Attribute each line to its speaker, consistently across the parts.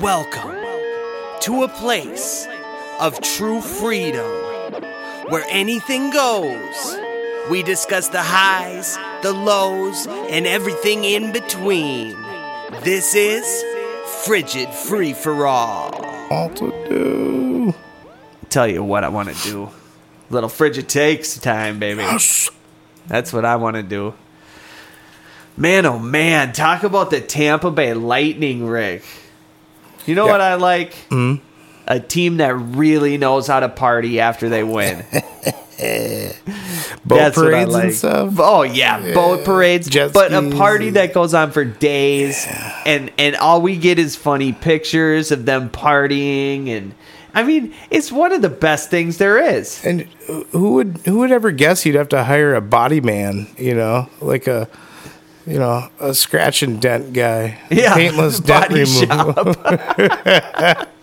Speaker 1: Welcome to a place of true freedom where anything goes. We discuss the highs, the lows, and everything in between. This is Frigid Free for All.
Speaker 2: All to do.
Speaker 1: Tell you what I want to do. Little frigid takes time, baby. That's what I want to do. Man, oh man, talk about the Tampa Bay Lightning, Rick. You know
Speaker 2: Yeah.
Speaker 1: what
Speaker 2: Mm-hmm.
Speaker 1: I like? A team that really knows how to party after they win.
Speaker 2: Boat
Speaker 1: That's what I
Speaker 2: parades
Speaker 1: like.
Speaker 2: and stuff.
Speaker 1: Oh yeah, boat parades,
Speaker 2: jet
Speaker 1: but a
Speaker 2: skis
Speaker 1: party
Speaker 2: and-
Speaker 1: that goes on for days, and and all we get is funny pictures of them partying, and I mean, it's one of the best things there is.
Speaker 2: And who would who would ever guess you'd have to hire a body man? You know, like a you know a scratch and dent guy,
Speaker 1: Yeah,
Speaker 2: paintless dent
Speaker 1: body
Speaker 2: removal.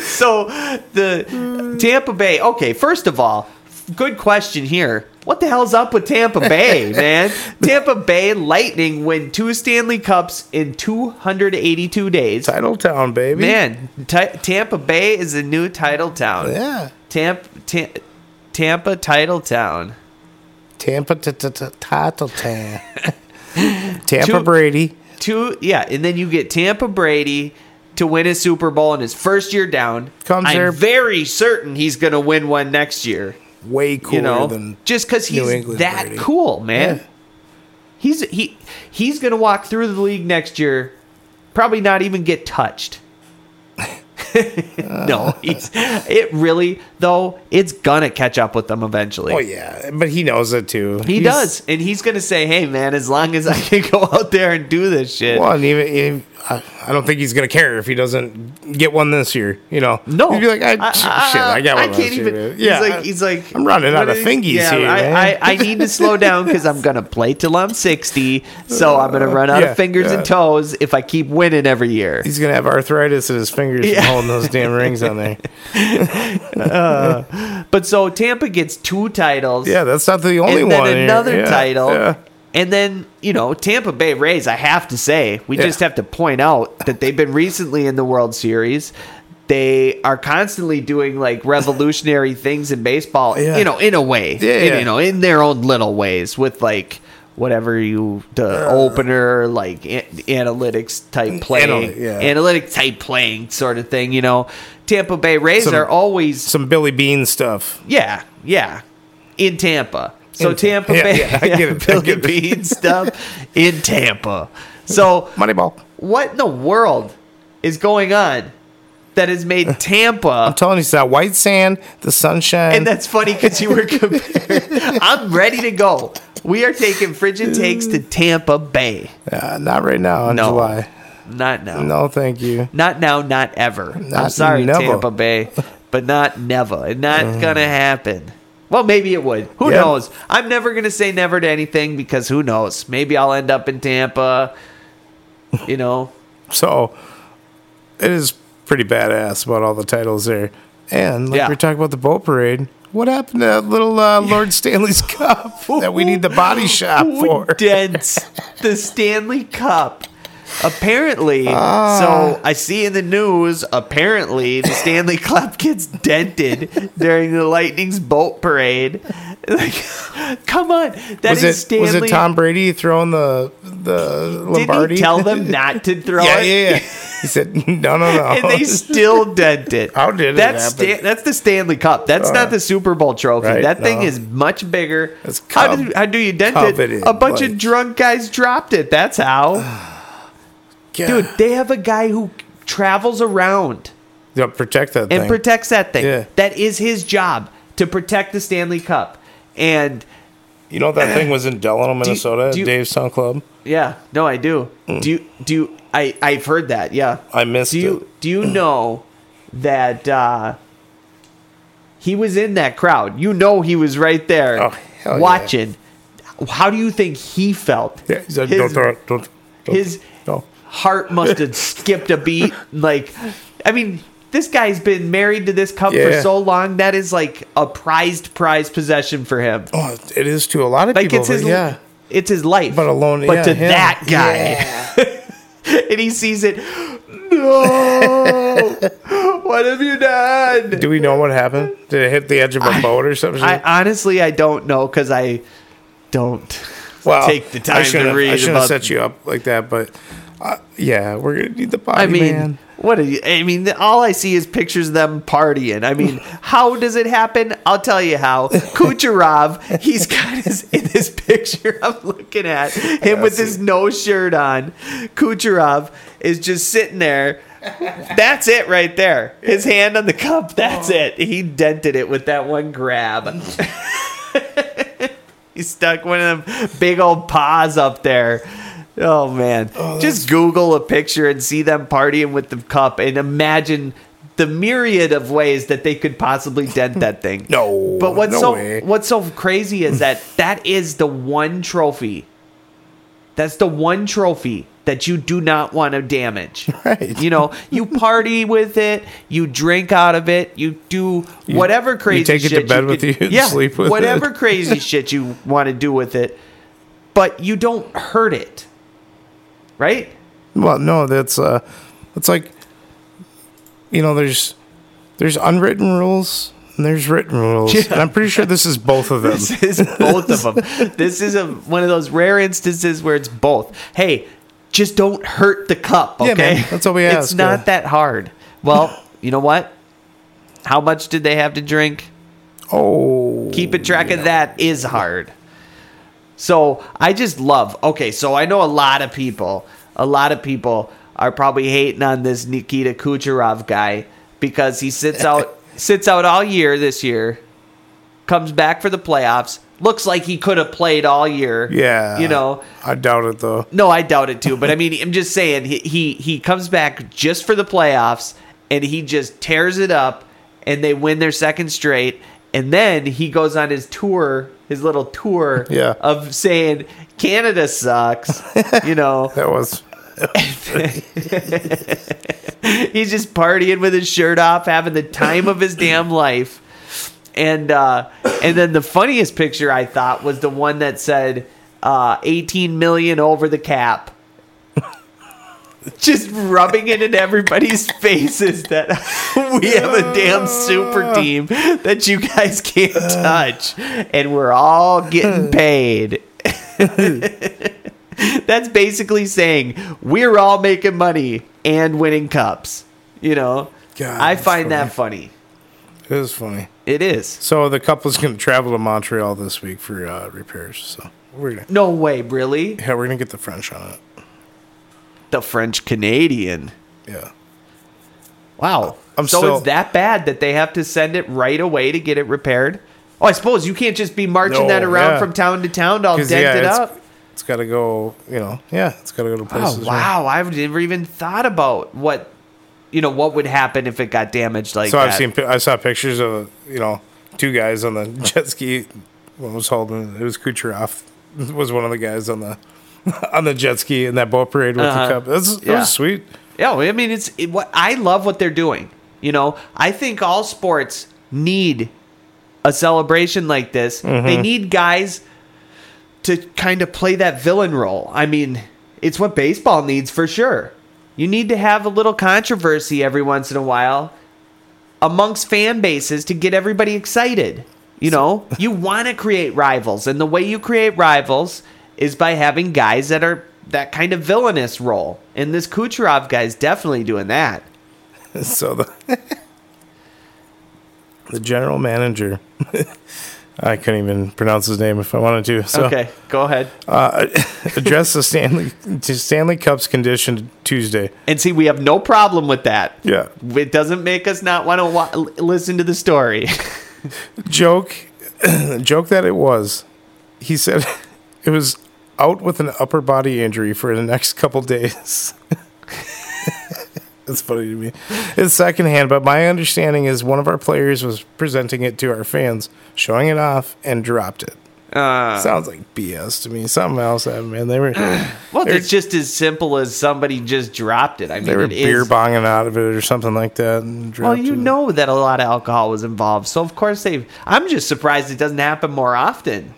Speaker 1: So the Tampa Bay. Okay, first of all, good question here. What the hell's up with Tampa Bay, man? Tampa Bay Lightning win two Stanley Cups in 282 days.
Speaker 2: Title Town, baby.
Speaker 1: Man, Ti Tampa Bay is a new title town.
Speaker 2: yeah,
Speaker 1: Tampa, Tam- Tampa title town.
Speaker 2: Tampa t- t- t- Title Town. Tampa
Speaker 1: Two-
Speaker 2: Brady.
Speaker 1: Two, yeah, and then you get Tampa Brady to win a Super Bowl in his first year down.
Speaker 2: Comes
Speaker 1: I'm
Speaker 2: there-
Speaker 1: very certain he's going to win one next year.
Speaker 2: Way cooler
Speaker 1: you know,
Speaker 2: than
Speaker 1: just because
Speaker 2: New
Speaker 1: he's
Speaker 2: England
Speaker 1: that
Speaker 2: Brady.
Speaker 1: cool, man.
Speaker 2: Yeah.
Speaker 1: He's he he's going to walk through the league next year, probably not even get touched. no, he's, it really though it's gonna catch up with them eventually.
Speaker 2: Oh yeah, but he knows it too.
Speaker 1: He
Speaker 2: He's-
Speaker 1: does, and he's gonna say, "Hey, man, as long as I can go out there and do this shit."
Speaker 2: Well, and even, even- I I don't think he's gonna care if he doesn't get one this year. You know,
Speaker 1: No,
Speaker 2: he'd be like, I, "Shit, I got one."
Speaker 1: I
Speaker 2: last
Speaker 1: can't
Speaker 2: year,
Speaker 1: even.
Speaker 2: man."
Speaker 1: Yeah, he's
Speaker 2: Yeah, I-
Speaker 1: like, he's like,
Speaker 2: I'm running
Speaker 1: what
Speaker 2: out of
Speaker 1: is-
Speaker 2: thingies here,
Speaker 1: I,
Speaker 2: man.
Speaker 1: I, I need to slow down because I'm gonna play till I'm 60, so I'm gonna run out
Speaker 2: yeah,
Speaker 1: of fingers
Speaker 2: yeah.
Speaker 1: and toes if I keep winning every year.
Speaker 2: He's gonna have arthritis in his fingers
Speaker 1: Yeah.
Speaker 2: from holding those damn rings on there.
Speaker 1: But so Tampa gets two titles,
Speaker 2: Yeah, that's not the only
Speaker 1: and
Speaker 2: one.
Speaker 1: then
Speaker 2: here.
Speaker 1: another
Speaker 2: Yeah,
Speaker 1: title.
Speaker 2: yeah.
Speaker 1: And then, you know, Tampa Bay Rays, I have to say, we
Speaker 2: Yeah.
Speaker 1: just have to point out that they've been recently in the World Series. They are constantly doing like revolutionary things in baseball,
Speaker 2: Yeah.
Speaker 1: you know, in a way.
Speaker 2: Yeah,
Speaker 1: In-
Speaker 2: yeah.
Speaker 1: You know, in their own little ways with like whatever you, the
Speaker 2: Uh.
Speaker 1: opener, like an- analytics type playing,
Speaker 2: Analy- yeah.
Speaker 1: analytic type playing sort of thing, you know. Tampa Bay Rays
Speaker 2: Some-
Speaker 1: are always
Speaker 2: Some Billy Bean stuff.
Speaker 1: yeah, yeah. In Tampa. So
Speaker 2: In Tampa.
Speaker 1: Tampa
Speaker 2: Yeah,
Speaker 1: Bay
Speaker 2: yeah, I get it, I
Speaker 1: Billy
Speaker 2: get it.
Speaker 1: Bean stuff in Tampa. So
Speaker 2: Moneyball.
Speaker 1: what in the world is going on that has made Tampa
Speaker 2: I'm telling you, it's that white sand, the sunshine.
Speaker 1: and that's funny because you were compared. I'm ready to go. We are taking frigid takes to Tampa Bay.
Speaker 2: Uh, not right now in
Speaker 1: No.
Speaker 2: July.
Speaker 1: Not now.
Speaker 2: No, thank you.
Speaker 1: Not now, not ever. I'm
Speaker 2: Not
Speaker 1: sorry,
Speaker 2: never. Mm.
Speaker 1: Tampa Bay, but not never. It's Not gonna happen. Well, maybe it would. Who
Speaker 2: Yeah.
Speaker 1: knows? I'm never gonna say never to anything because who knows? Maybe I'll end up in Tampa. You know,
Speaker 2: So it is pretty badass about all the titles there. And like
Speaker 1: Yeah.
Speaker 2: we we're talking about the boat parade. What happened to that little uh, Lord Stanley's cup that we need the body shop
Speaker 1: Who
Speaker 2: for?
Speaker 1: dents the Stanley Cup. Apparently,
Speaker 2: Ah.
Speaker 1: so I see in the news. Apparently, the Stanley Cup gets dented during the Lightning's boat parade. Like, come on, that
Speaker 2: was
Speaker 1: is
Speaker 2: it
Speaker 1: Stanley.
Speaker 2: was it Tom Brady throwing the the Lombardi?
Speaker 1: Did he tell them not to throw
Speaker 2: yeah,
Speaker 1: it?
Speaker 2: yeah, yeah. He said, "No, no, no."
Speaker 1: And they still dent it.
Speaker 2: How did it
Speaker 1: that's
Speaker 2: happen? Uh,
Speaker 1: Stan- that's the Stanley Cup. That's not the Super Bowl trophy.
Speaker 2: right,
Speaker 1: that thing
Speaker 2: no.
Speaker 1: is much bigger.
Speaker 2: That's
Speaker 1: how,
Speaker 2: cov-
Speaker 1: do, how do you dent it?
Speaker 2: coveted,
Speaker 1: A bunch of
Speaker 2: like-
Speaker 1: drunk guys dropped it. That's how.
Speaker 2: God.
Speaker 1: Dude, they have a guy who travels around
Speaker 2: Yeah, protect that
Speaker 1: and
Speaker 2: thing.
Speaker 1: protects that thing.
Speaker 2: Yeah.
Speaker 1: That is his job to protect the Stanley Cup. And
Speaker 2: you know that thing was in Delano, Minnesota,
Speaker 1: do you-
Speaker 2: Dave's Sound Club.
Speaker 1: yeah, no, I do. Do you do you, I I've heard that. Yeah.
Speaker 2: Mm. I missed
Speaker 1: do you
Speaker 2: it.
Speaker 1: do you know that uh he was in that crowd you know he was right there
Speaker 2: Oh, hell yeah.
Speaker 1: watching how do you think he felt
Speaker 2: Yeah, he said,
Speaker 1: his,
Speaker 2: "Don't throw it, don't, don't,
Speaker 1: his
Speaker 2: no."
Speaker 1: heart must have skipped a beat like i mean this guy's been married to this cup for
Speaker 2: Yeah.
Speaker 1: so long that is like a prized prized possession for him
Speaker 2: Oh, it is to a lot of
Speaker 1: like
Speaker 2: people.
Speaker 1: it's his
Speaker 2: but yeah,
Speaker 1: it's his life
Speaker 2: but alone.
Speaker 1: but
Speaker 2: yeah,
Speaker 1: to
Speaker 2: him.
Speaker 1: that guy
Speaker 2: Yeah.
Speaker 1: and he sees it no have you done?
Speaker 2: Do we know what happened? Did it hit the edge of a boat or something?
Speaker 1: I honestly I don't know because I don't
Speaker 2: well,
Speaker 1: take the time to
Speaker 2: shouldn't have-
Speaker 1: read
Speaker 2: I shouldn't
Speaker 1: about-
Speaker 2: have set you up like that, but uh, yeah, we're gonna need the body
Speaker 1: I mean,
Speaker 2: man.
Speaker 1: what are you? I mean, all I see is pictures of them partying. I mean, how does it happen? I'll tell you how. Kucherov, he's got his in this picture I'm looking at him with his no shirt on. Kucherov is just sitting there. That's it right there. His hand on the cup. That's it. He dented it with that one grab. He stuck one of them big old paws up there. Oh man. Just Google a picture and see them partying with the cup and imagine the myriad of ways that they could possibly dent that thing.
Speaker 2: No,
Speaker 1: But what's
Speaker 2: no
Speaker 1: so
Speaker 2: way.
Speaker 1: what's so crazy is that that is the one trophy. That's the one trophy that you do not want to damage.
Speaker 2: Right.
Speaker 1: You know, you party with it, you drink out of it, you do whatever crazy
Speaker 2: take it to
Speaker 1: shit
Speaker 2: bed with
Speaker 1: could-
Speaker 2: you and sleep with it.
Speaker 1: whatever crazy shit you want to do with it, but you don't hurt it, right?
Speaker 2: Well, no, that's uh, it's like you know, there's there's unwritten rules and there's written rules, and I'm pretty sure this is both of them.
Speaker 1: This is both of them. This is a, one of those rare instances where it's both. Hey, just don't hurt the cup, okay?
Speaker 2: Yeah, man, that's all we
Speaker 1: It's
Speaker 2: ask,
Speaker 1: not
Speaker 2: yeah.
Speaker 1: that hard. Well, you know what? How much did they have to drink?
Speaker 2: oh,
Speaker 1: keeping track of that is hard. So I just love. Okay, so I know a lot of people. A lot of people are probably hating on this Nikita Kucherov guy because he sits out sits out all year this year, comes back for the playoffs. Looks like he could have played all year.
Speaker 2: yeah,
Speaker 1: you know.
Speaker 2: I doubt it though.
Speaker 1: No, I doubt it too. But I mean, I'm just saying he, he he comes back just for the playoffs, and he just tears it up, and they win their second straight, and then he goes on his tour, his little tour,
Speaker 2: Yeah.
Speaker 1: of saying Canada sucks. you know,
Speaker 2: That was
Speaker 1: he's just partying with his shirt off, having the time of his damn life. And uh, and then the funniest picture I thought was the one that said uh, 18 million over the cap. Just rubbing it in everybody's faces that we have a damn super team that you guys can't touch, and we're all getting paid. That's basically saying we're all making money and winning cups. You know,
Speaker 2: God,
Speaker 1: I
Speaker 2: that's
Speaker 1: find
Speaker 2: funny.
Speaker 1: that funny.
Speaker 2: it was funny.
Speaker 1: It is.
Speaker 2: So the couple's gonna travel to Montreal this week for uh, repairs. So we're gonna
Speaker 1: No way, really.
Speaker 2: yeah, we're gonna get the French on it.
Speaker 1: The French Canadian.
Speaker 2: Yeah.
Speaker 1: Wow.
Speaker 2: I'm
Speaker 1: so
Speaker 2: still-
Speaker 1: it's that bad that they have to send it right away to get it repaired. Oh, I suppose you can't just be marching
Speaker 2: No,
Speaker 1: that around
Speaker 2: yeah.
Speaker 1: from town to town all dented
Speaker 2: yeah, it's,
Speaker 1: Oh, up.
Speaker 2: it's got to go. You know, yeah, it's got to go to
Speaker 1: Oh,
Speaker 2: places. where-
Speaker 1: wow, I've never even thought about what you know what would happen if it got damaged like
Speaker 2: So
Speaker 1: that.
Speaker 2: I've seen, pi- I saw pictures of you know two guys on the jet ski. One was holding it was Kucherov was one of the guys on the on the jet ski in that boat parade with
Speaker 1: Uh-huh.
Speaker 2: the cup. That's that
Speaker 1: Yeah.
Speaker 2: was sweet.
Speaker 1: Yeah, I mean, it's it, what I love what they're doing. You know, I think all sports need a celebration like this. They need guys to kind of play that villain role. I mean, it's what baseball needs for sure. You need to have a little controversy every once in a while amongst fan bases to get everybody excited. You know, you want to create rivals, and the way you create rivals is by having guys that are that kind of villainous role. And this Kucherov guy's definitely doing that.
Speaker 2: So the the general manager. I couldn't even pronounce his name if I wanted to. So
Speaker 1: okay, go ahead.
Speaker 2: uh, address the Stanley to Stanley Cup's condition Tuesday.
Speaker 1: And see, we have no problem with that.
Speaker 2: Yeah,
Speaker 1: It doesn't make us not want to wa- listen to the story.
Speaker 2: joke joke that it was he said it was out with an upper body injury for the next couple days it's funny to me it's secondhand but my understanding is one of our players was presenting it to our fans showing it off and dropped it
Speaker 1: Ah.
Speaker 2: sounds like bs to me something else happened man they were
Speaker 1: well,
Speaker 2: They're-
Speaker 1: it's just as simple as somebody just dropped it. I mean,
Speaker 2: they were
Speaker 1: it
Speaker 2: beer
Speaker 1: is.
Speaker 2: bonging out of it or something like that and
Speaker 1: Well,
Speaker 2: dropped
Speaker 1: you
Speaker 2: it.
Speaker 1: know that a lot of alcohol was involved, so of course they. I'm just surprised it doesn't happen more often.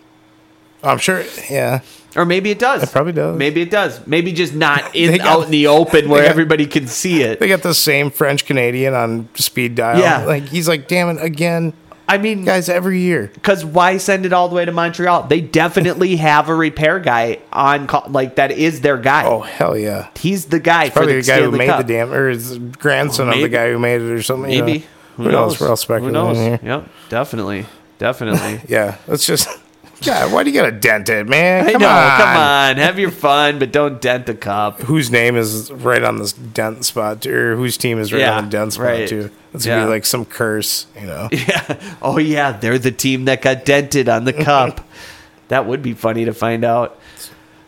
Speaker 2: i'm sure yeah
Speaker 1: Or maybe it does. It
Speaker 2: probably does.
Speaker 1: Maybe it does. Maybe just not in
Speaker 2: They got-
Speaker 1: out in the open where
Speaker 2: they got-
Speaker 1: everybody can see it.
Speaker 2: They got the same French Canadian on speed dial.
Speaker 1: Yeah.
Speaker 2: Like he's like, damn it, again.
Speaker 1: I mean,
Speaker 2: Guys, every year.
Speaker 1: because why send it all the way to Montreal? They definitely have a repair guy on call, like that is their guy.
Speaker 2: Oh hell yeah.
Speaker 1: He's the guy for
Speaker 2: Probably
Speaker 1: the,
Speaker 2: the guy who
Speaker 1: Stanley
Speaker 2: made
Speaker 1: Cup.
Speaker 2: the damn or his grandson of
Speaker 1: Maybe.
Speaker 2: the guy who made it or something. you know.
Speaker 1: Maybe.
Speaker 2: Who, knows? We're all speculating
Speaker 1: Who knows?
Speaker 2: here.
Speaker 1: Yep, definitely, definitely.
Speaker 2: Yeah. Let's just God, why do you gotta dent it, man?
Speaker 1: I
Speaker 2: Come
Speaker 1: know.
Speaker 2: on.
Speaker 1: Come on, have your fun, but don't dent the cup.
Speaker 2: Whose name is right on this dent spot or whose team is right
Speaker 1: Yeah,
Speaker 2: on the dent spot
Speaker 1: right.
Speaker 2: too? It's gonna
Speaker 1: Yeah.
Speaker 2: be like some curse, you know.
Speaker 1: Yeah. Oh yeah, they're the team that got dented on the cup. that would be funny to find out.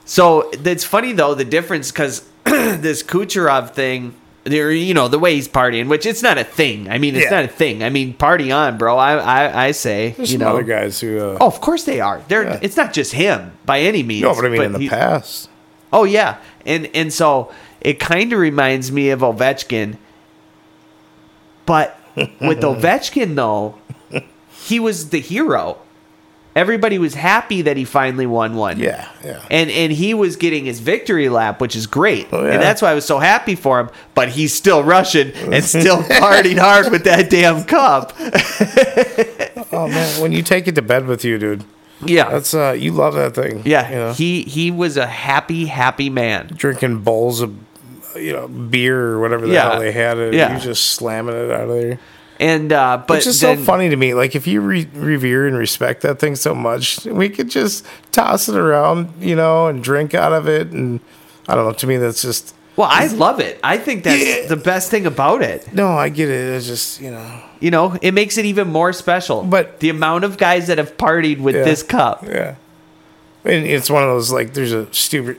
Speaker 1: So it's funny though the difference because this Kucherov thing, there you know the way he's partying, which it's not a thing. I mean, it's
Speaker 2: Yeah.
Speaker 1: not a thing. I mean, party on, bro. I I, I say
Speaker 2: There's
Speaker 1: you
Speaker 2: some
Speaker 1: know.
Speaker 2: other guys who uh
Speaker 1: Oh, of course they are. They're.
Speaker 2: Yeah.
Speaker 1: It's not just him by any means.
Speaker 2: no, but I mean in the
Speaker 1: he-
Speaker 2: past.
Speaker 1: Oh yeah, and and so it kind of reminds me of Ovechkin, but with Ovechkin though, he was the hero. Everybody was happy that he finally won one.
Speaker 2: Yeah, yeah.
Speaker 1: And and he was getting his victory lap, which is great.
Speaker 2: Oh, yeah.
Speaker 1: And that's why I was so happy for him. But he's still Russian and still partying hard with that damn cup.
Speaker 2: Oh man, when you take it to bed with you, dude,
Speaker 1: Yeah.
Speaker 2: that's uh, you love that thing.
Speaker 1: yeah.
Speaker 2: you know?
Speaker 1: He he was a happy, happy man.
Speaker 2: drinking bowls of you know beer or whatever the
Speaker 1: Yeah.
Speaker 2: hell they had, and
Speaker 1: Yeah.
Speaker 2: you just slamming it out of there.
Speaker 1: And uh but
Speaker 2: It's just
Speaker 1: then,
Speaker 2: so funny to me. Like if you re- revere and respect that thing so much, we could just toss it around, you know, and drink out of it. And I don't know. To me, that's just
Speaker 1: Well, I love it. I think that's
Speaker 2: Yeah.
Speaker 1: the best thing about it.
Speaker 2: no. I get it. It's just you know,
Speaker 1: You know, it makes it even more special.
Speaker 2: But-
Speaker 1: the amount of guys that have partied with
Speaker 2: Yeah.
Speaker 1: this cup.
Speaker 2: yeah. And it's one of those like there's a stupid,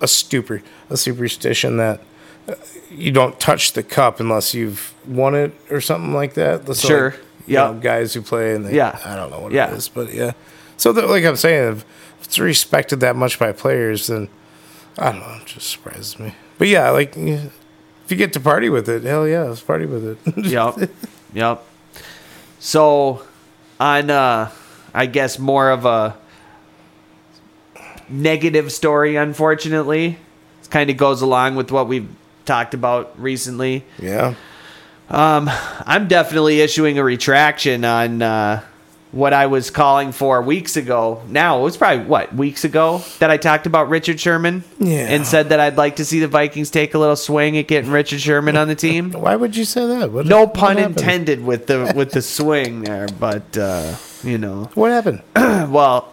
Speaker 2: a stupid, a superstition that uh, you don't touch the cup unless you've won it or something like that. So, like,
Speaker 1: Sure.
Speaker 2: you
Speaker 1: Yeah.
Speaker 2: know, guys who play and they,
Speaker 1: Yeah.
Speaker 2: I don't know what
Speaker 1: Yeah.
Speaker 2: it is, but yeah. So that, like I'm saying, if it's respected that much by players, then I don't know. It just surprises me. But yeah, like yeah, if you get to party with it, hell yeah, let's party with it.
Speaker 1: Yep. yep. So on uh I guess more of a negative story unfortunately. It kind of goes along with what we've talked about recently.
Speaker 2: yeah.
Speaker 1: I'm definitely issuing a retraction on uh, what I was calling for weeks ago. Now it was probably what weeks ago that I talked about Richard Sherman
Speaker 2: Yeah.
Speaker 1: and said that I'd like to see the Vikings take a little swing at getting Richard Sherman on the team.
Speaker 2: Why would you say that? What,
Speaker 1: No
Speaker 2: what
Speaker 1: pun
Speaker 2: happened?
Speaker 1: intended with the with the swing there, but uh, you know,
Speaker 2: What happened?
Speaker 1: well.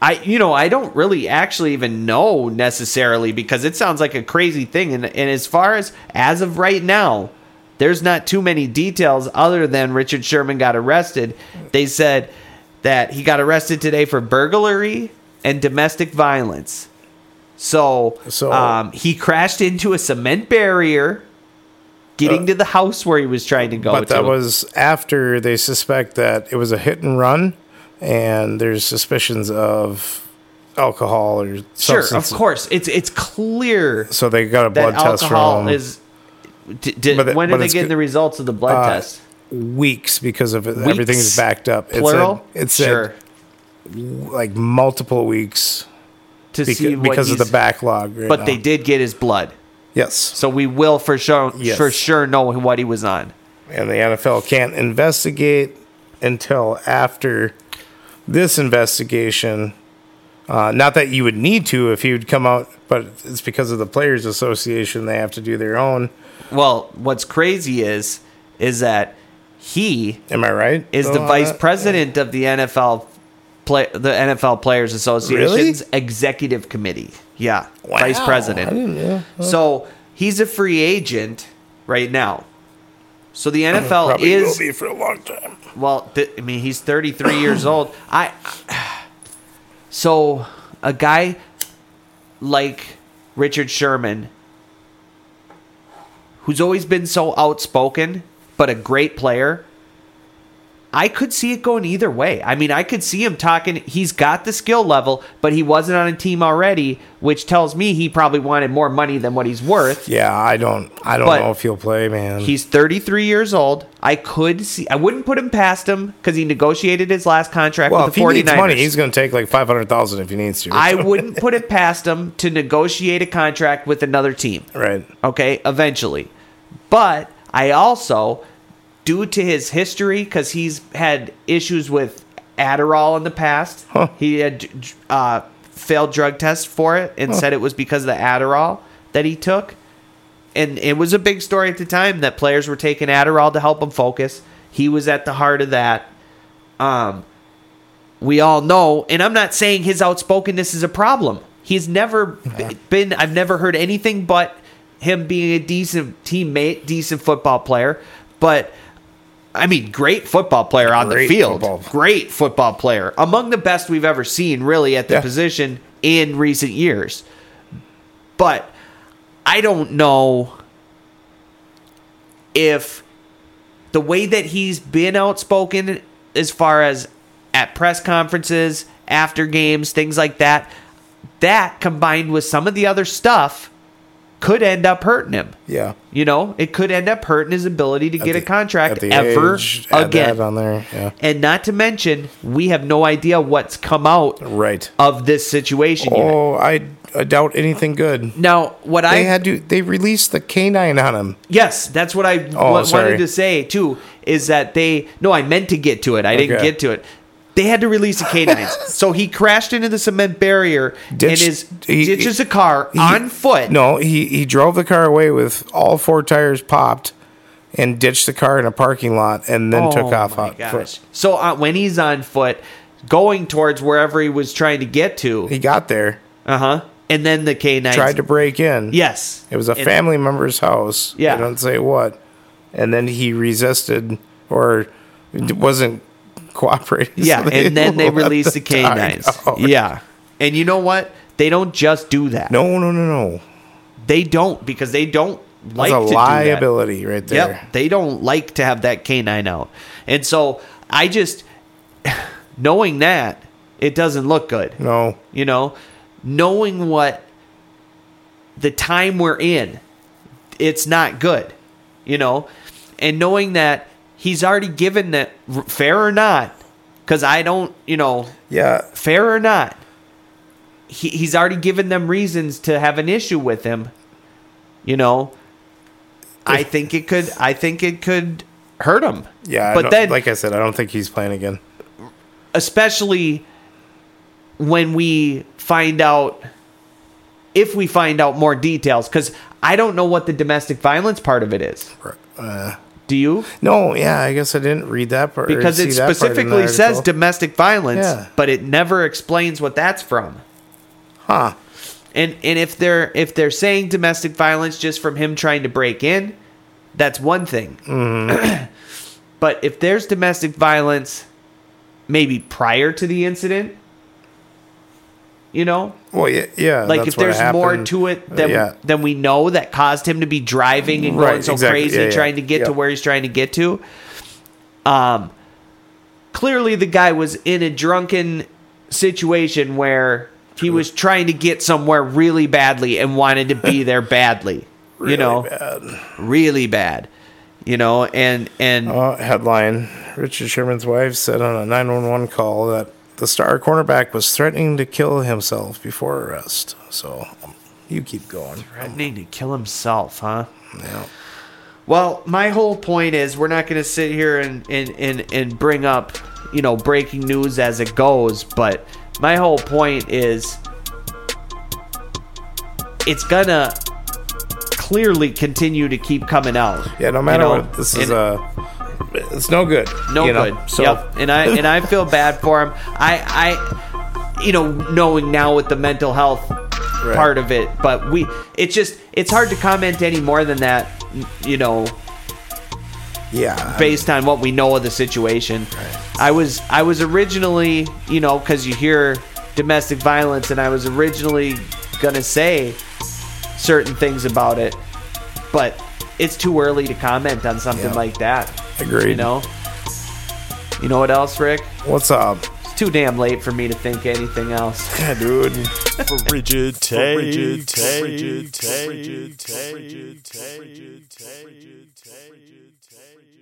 Speaker 1: I you know I don't really actually even know necessarily because it sounds like a crazy thing and and as far as as of right now there's not too many details other than Richard Sherman got arrested. They said that he got arrested today for burglary and domestic violence. So,
Speaker 2: So-
Speaker 1: um, he crashed into a cement barrier getting to the house where he was trying to go
Speaker 2: Uh, But that
Speaker 1: to.
Speaker 2: was after they suspect that it was a hit and run, and there's suspicions of alcohol or
Speaker 1: sure,
Speaker 2: substance.
Speaker 1: of course. It's it's clear
Speaker 2: So they got a
Speaker 1: that
Speaker 2: blood test
Speaker 1: alcohol
Speaker 2: from
Speaker 1: is. D- d-
Speaker 2: But it-
Speaker 1: when
Speaker 2: but
Speaker 1: are they
Speaker 2: it's
Speaker 1: getting
Speaker 2: g-
Speaker 1: the results of the blood
Speaker 2: uh,
Speaker 1: test?
Speaker 2: weeks because of it, everything's backed up. It
Speaker 1: Plural.
Speaker 2: said, it said like multiple weeks
Speaker 1: to
Speaker 2: beca-
Speaker 1: see what
Speaker 2: because of the
Speaker 1: he's-
Speaker 2: backlog. right
Speaker 1: But
Speaker 2: now.
Speaker 1: they did get his blood.
Speaker 2: yes,
Speaker 1: So we will for sure
Speaker 2: Yes.
Speaker 1: for sure know what he was on.
Speaker 2: and the NFL can't investigate until after this investigation. Uh, not that you would need to if you'd come out, but it's because of the Players Association. They have to do their own.
Speaker 1: Well, what's crazy is is that he
Speaker 2: Am I right?
Speaker 1: is the
Speaker 2: Uh,
Speaker 1: vice president of the NFL play the NFL Players Association's executive committee. Yeah,
Speaker 2: Wow.
Speaker 1: vice
Speaker 2: I
Speaker 1: president.
Speaker 2: didn't- yeah.
Speaker 1: So he's a free agent right now. So the NFL
Speaker 2: Probably
Speaker 1: is
Speaker 2: will be for a long time.
Speaker 1: Well, th- I mean, he's 33 years old. I so a guy like Richard Sherman, who's always been so outspoken, but a great player. I could see it going either way. I mean, I could see him talking. He's got the skill level, but he wasn't on a team already, which tells me he probably wanted more money than what he's worth.
Speaker 2: Yeah, I don't. I don't
Speaker 1: But
Speaker 2: know if he'll play, man.
Speaker 1: He's 33 years old. I could see. I wouldn't put him past him because he negotiated his last contract
Speaker 2: well,
Speaker 1: with
Speaker 2: if
Speaker 1: the
Speaker 2: he
Speaker 1: 49ers.
Speaker 2: needs money, he's going to take like five hundred thousand if he needs to.
Speaker 1: I
Speaker 2: So-
Speaker 1: wouldn't put it past him to negotiate a contract with another team.
Speaker 2: right.
Speaker 1: okay, eventually. But I also, due to his history, because he's had issues with Adderall in the past, he had uh, failed drug tests for it and said it was because of the Adderall that he took. And it was a big story at the time that players were taking Adderall to help them focus. He was at the heart of that. Um, we all know, and I'm not saying his outspokenness is a problem. He's never
Speaker 2: Uh-huh.
Speaker 1: b- been, I've never heard anything but him being a decent teammate, decent football player. But I mean, great football player on
Speaker 2: Great
Speaker 1: the field.
Speaker 2: football.
Speaker 1: Great football player. Among the best we've ever seen, really, at the
Speaker 2: Yeah.
Speaker 1: position in recent years. But I don't know if the way that he's been outspoken as far as at press conferences, after games, things like that, that combined with some of the other stuff could end up hurting him.
Speaker 2: Yeah.
Speaker 1: You know, it could end up hurting his ability to
Speaker 2: At
Speaker 1: get a
Speaker 2: the-
Speaker 1: contract
Speaker 2: at the
Speaker 1: ever
Speaker 2: age, add
Speaker 1: again.
Speaker 2: that on there. Yeah.
Speaker 1: and not to mention, we have no idea what's come out
Speaker 2: Right.
Speaker 1: of this situation yet.
Speaker 2: Oh, I, I doubt anything good.
Speaker 1: Now, what I
Speaker 2: They had to. They released the canine on him.
Speaker 1: Yes, that's what I w-
Speaker 2: Oh,
Speaker 1: wanted
Speaker 2: sorry.
Speaker 1: to say too. Is that they? No, I meant to get to it. I didn't
Speaker 2: Okay.
Speaker 1: get to it. They had to release the canines, so he crashed into the cement barrier
Speaker 2: Ditched-
Speaker 1: and is
Speaker 2: he-
Speaker 1: ditches a car
Speaker 2: He-
Speaker 1: on foot.
Speaker 2: No, he he drove the car away with all four tires popped, and ditched the car in a parking lot, and then took off
Speaker 1: Oh my
Speaker 2: on
Speaker 1: gosh.
Speaker 2: foot.
Speaker 1: So uh, when he's on foot, going towards wherever he was trying to get to,
Speaker 2: He got there,
Speaker 1: uh huh, and then the canines
Speaker 2: tried to break in.
Speaker 1: Yes,
Speaker 2: it was a
Speaker 1: And-
Speaker 2: family member's house.
Speaker 1: Yeah.
Speaker 2: I don't say what, and then he resisted or wasn't cooperating. so
Speaker 1: Yeah, and then they
Speaker 2: let
Speaker 1: release the
Speaker 2: the dog
Speaker 1: canines.
Speaker 2: out.
Speaker 1: Yeah, and you know what? They don't just do that.
Speaker 2: No, no, no, no.
Speaker 1: They don't because they don't like
Speaker 2: That's a
Speaker 1: to do that.
Speaker 2: liability right there.
Speaker 1: Yep, they don't like to have that canine out, and so I just knowing that it doesn't look good.
Speaker 2: No.
Speaker 1: You know, knowing what the time we're in, it's not good. You know, and knowing that he's already given that fair or not, because I don't, you know,
Speaker 2: Yeah.
Speaker 1: fair or not, he, he's already given them reasons to have an issue with him. You know, I think it could. I think it could hurt him.
Speaker 2: Yeah, I
Speaker 1: but
Speaker 2: don't-
Speaker 1: then,
Speaker 2: like I said, I don't think he's playing again.
Speaker 1: especially when we find out, if we find out more details, because I don't know what the domestic violence part of it is.
Speaker 2: Uh,
Speaker 1: Do you?
Speaker 2: no, yeah, I guess I didn't read that part or
Speaker 1: Because
Speaker 2: see
Speaker 1: it
Speaker 2: that part in the
Speaker 1: specifically says
Speaker 2: article.
Speaker 1: domestic violence,
Speaker 2: Yeah.
Speaker 1: but it never explains what that's from.
Speaker 2: huh?
Speaker 1: And and if they're if they're saying domestic violence just from him trying to break in, that's one thing. but if there's domestic violence maybe prior to the incident, you know,
Speaker 2: Well, yeah, yeah.
Speaker 1: like
Speaker 2: that's
Speaker 1: if
Speaker 2: what
Speaker 1: there's more
Speaker 2: happened.
Speaker 1: to it than
Speaker 2: yeah,
Speaker 1: than we know that caused him to be driving and going
Speaker 2: Right,
Speaker 1: so
Speaker 2: exactly.
Speaker 1: crazy
Speaker 2: Yeah,
Speaker 1: and
Speaker 2: yeah.
Speaker 1: trying to get to
Speaker 2: Yep.
Speaker 1: where he's trying to get to. Um clearly the guy was in a drunken situation where he was trying to get somewhere really badly and wanted to be there badly.
Speaker 2: Really
Speaker 1: you know,
Speaker 2: bad.
Speaker 1: really bad. You know, and and
Speaker 2: Uh, headline: Richard Sherman's wife said on a 911 call that the star cornerback was threatening to kill himself before arrest. So um, you keep going.
Speaker 1: threatening to kill himself, huh?
Speaker 2: Yeah.
Speaker 1: Well, my whole point is we're not going to sit here and, and, and, and bring up, you know, breaking news as it goes, but my whole point is it's going to clearly continue to keep coming out.
Speaker 2: Yeah, no
Speaker 1: you
Speaker 2: matter
Speaker 1: know?
Speaker 2: what, this is
Speaker 1: And-
Speaker 2: uh, it's no good.
Speaker 1: no
Speaker 2: you know?
Speaker 1: good.
Speaker 2: So
Speaker 1: Yep. And I and I feel bad for him. I I you know knowing now with the mental health
Speaker 2: Right.
Speaker 1: part of it, but we it's just it's hard to comment any more than that. You know,
Speaker 2: yeah,
Speaker 1: based on what we know of the situation. I was I was originally, you know, because you hear domestic violence, and I was originally gonna say certain things about it, but it's too early to comment on something
Speaker 2: Yeah.
Speaker 1: like that.
Speaker 2: Agreed.
Speaker 1: You know, You know what else, Rick?
Speaker 2: What's up?
Speaker 1: It's too damn late for me to think anything else.
Speaker 2: Yeah, dude.
Speaker 3: For rigid takes.
Speaker 2: rigid takes.
Speaker 3: rigid takes. rigid takes. rigid takes. rigid takes.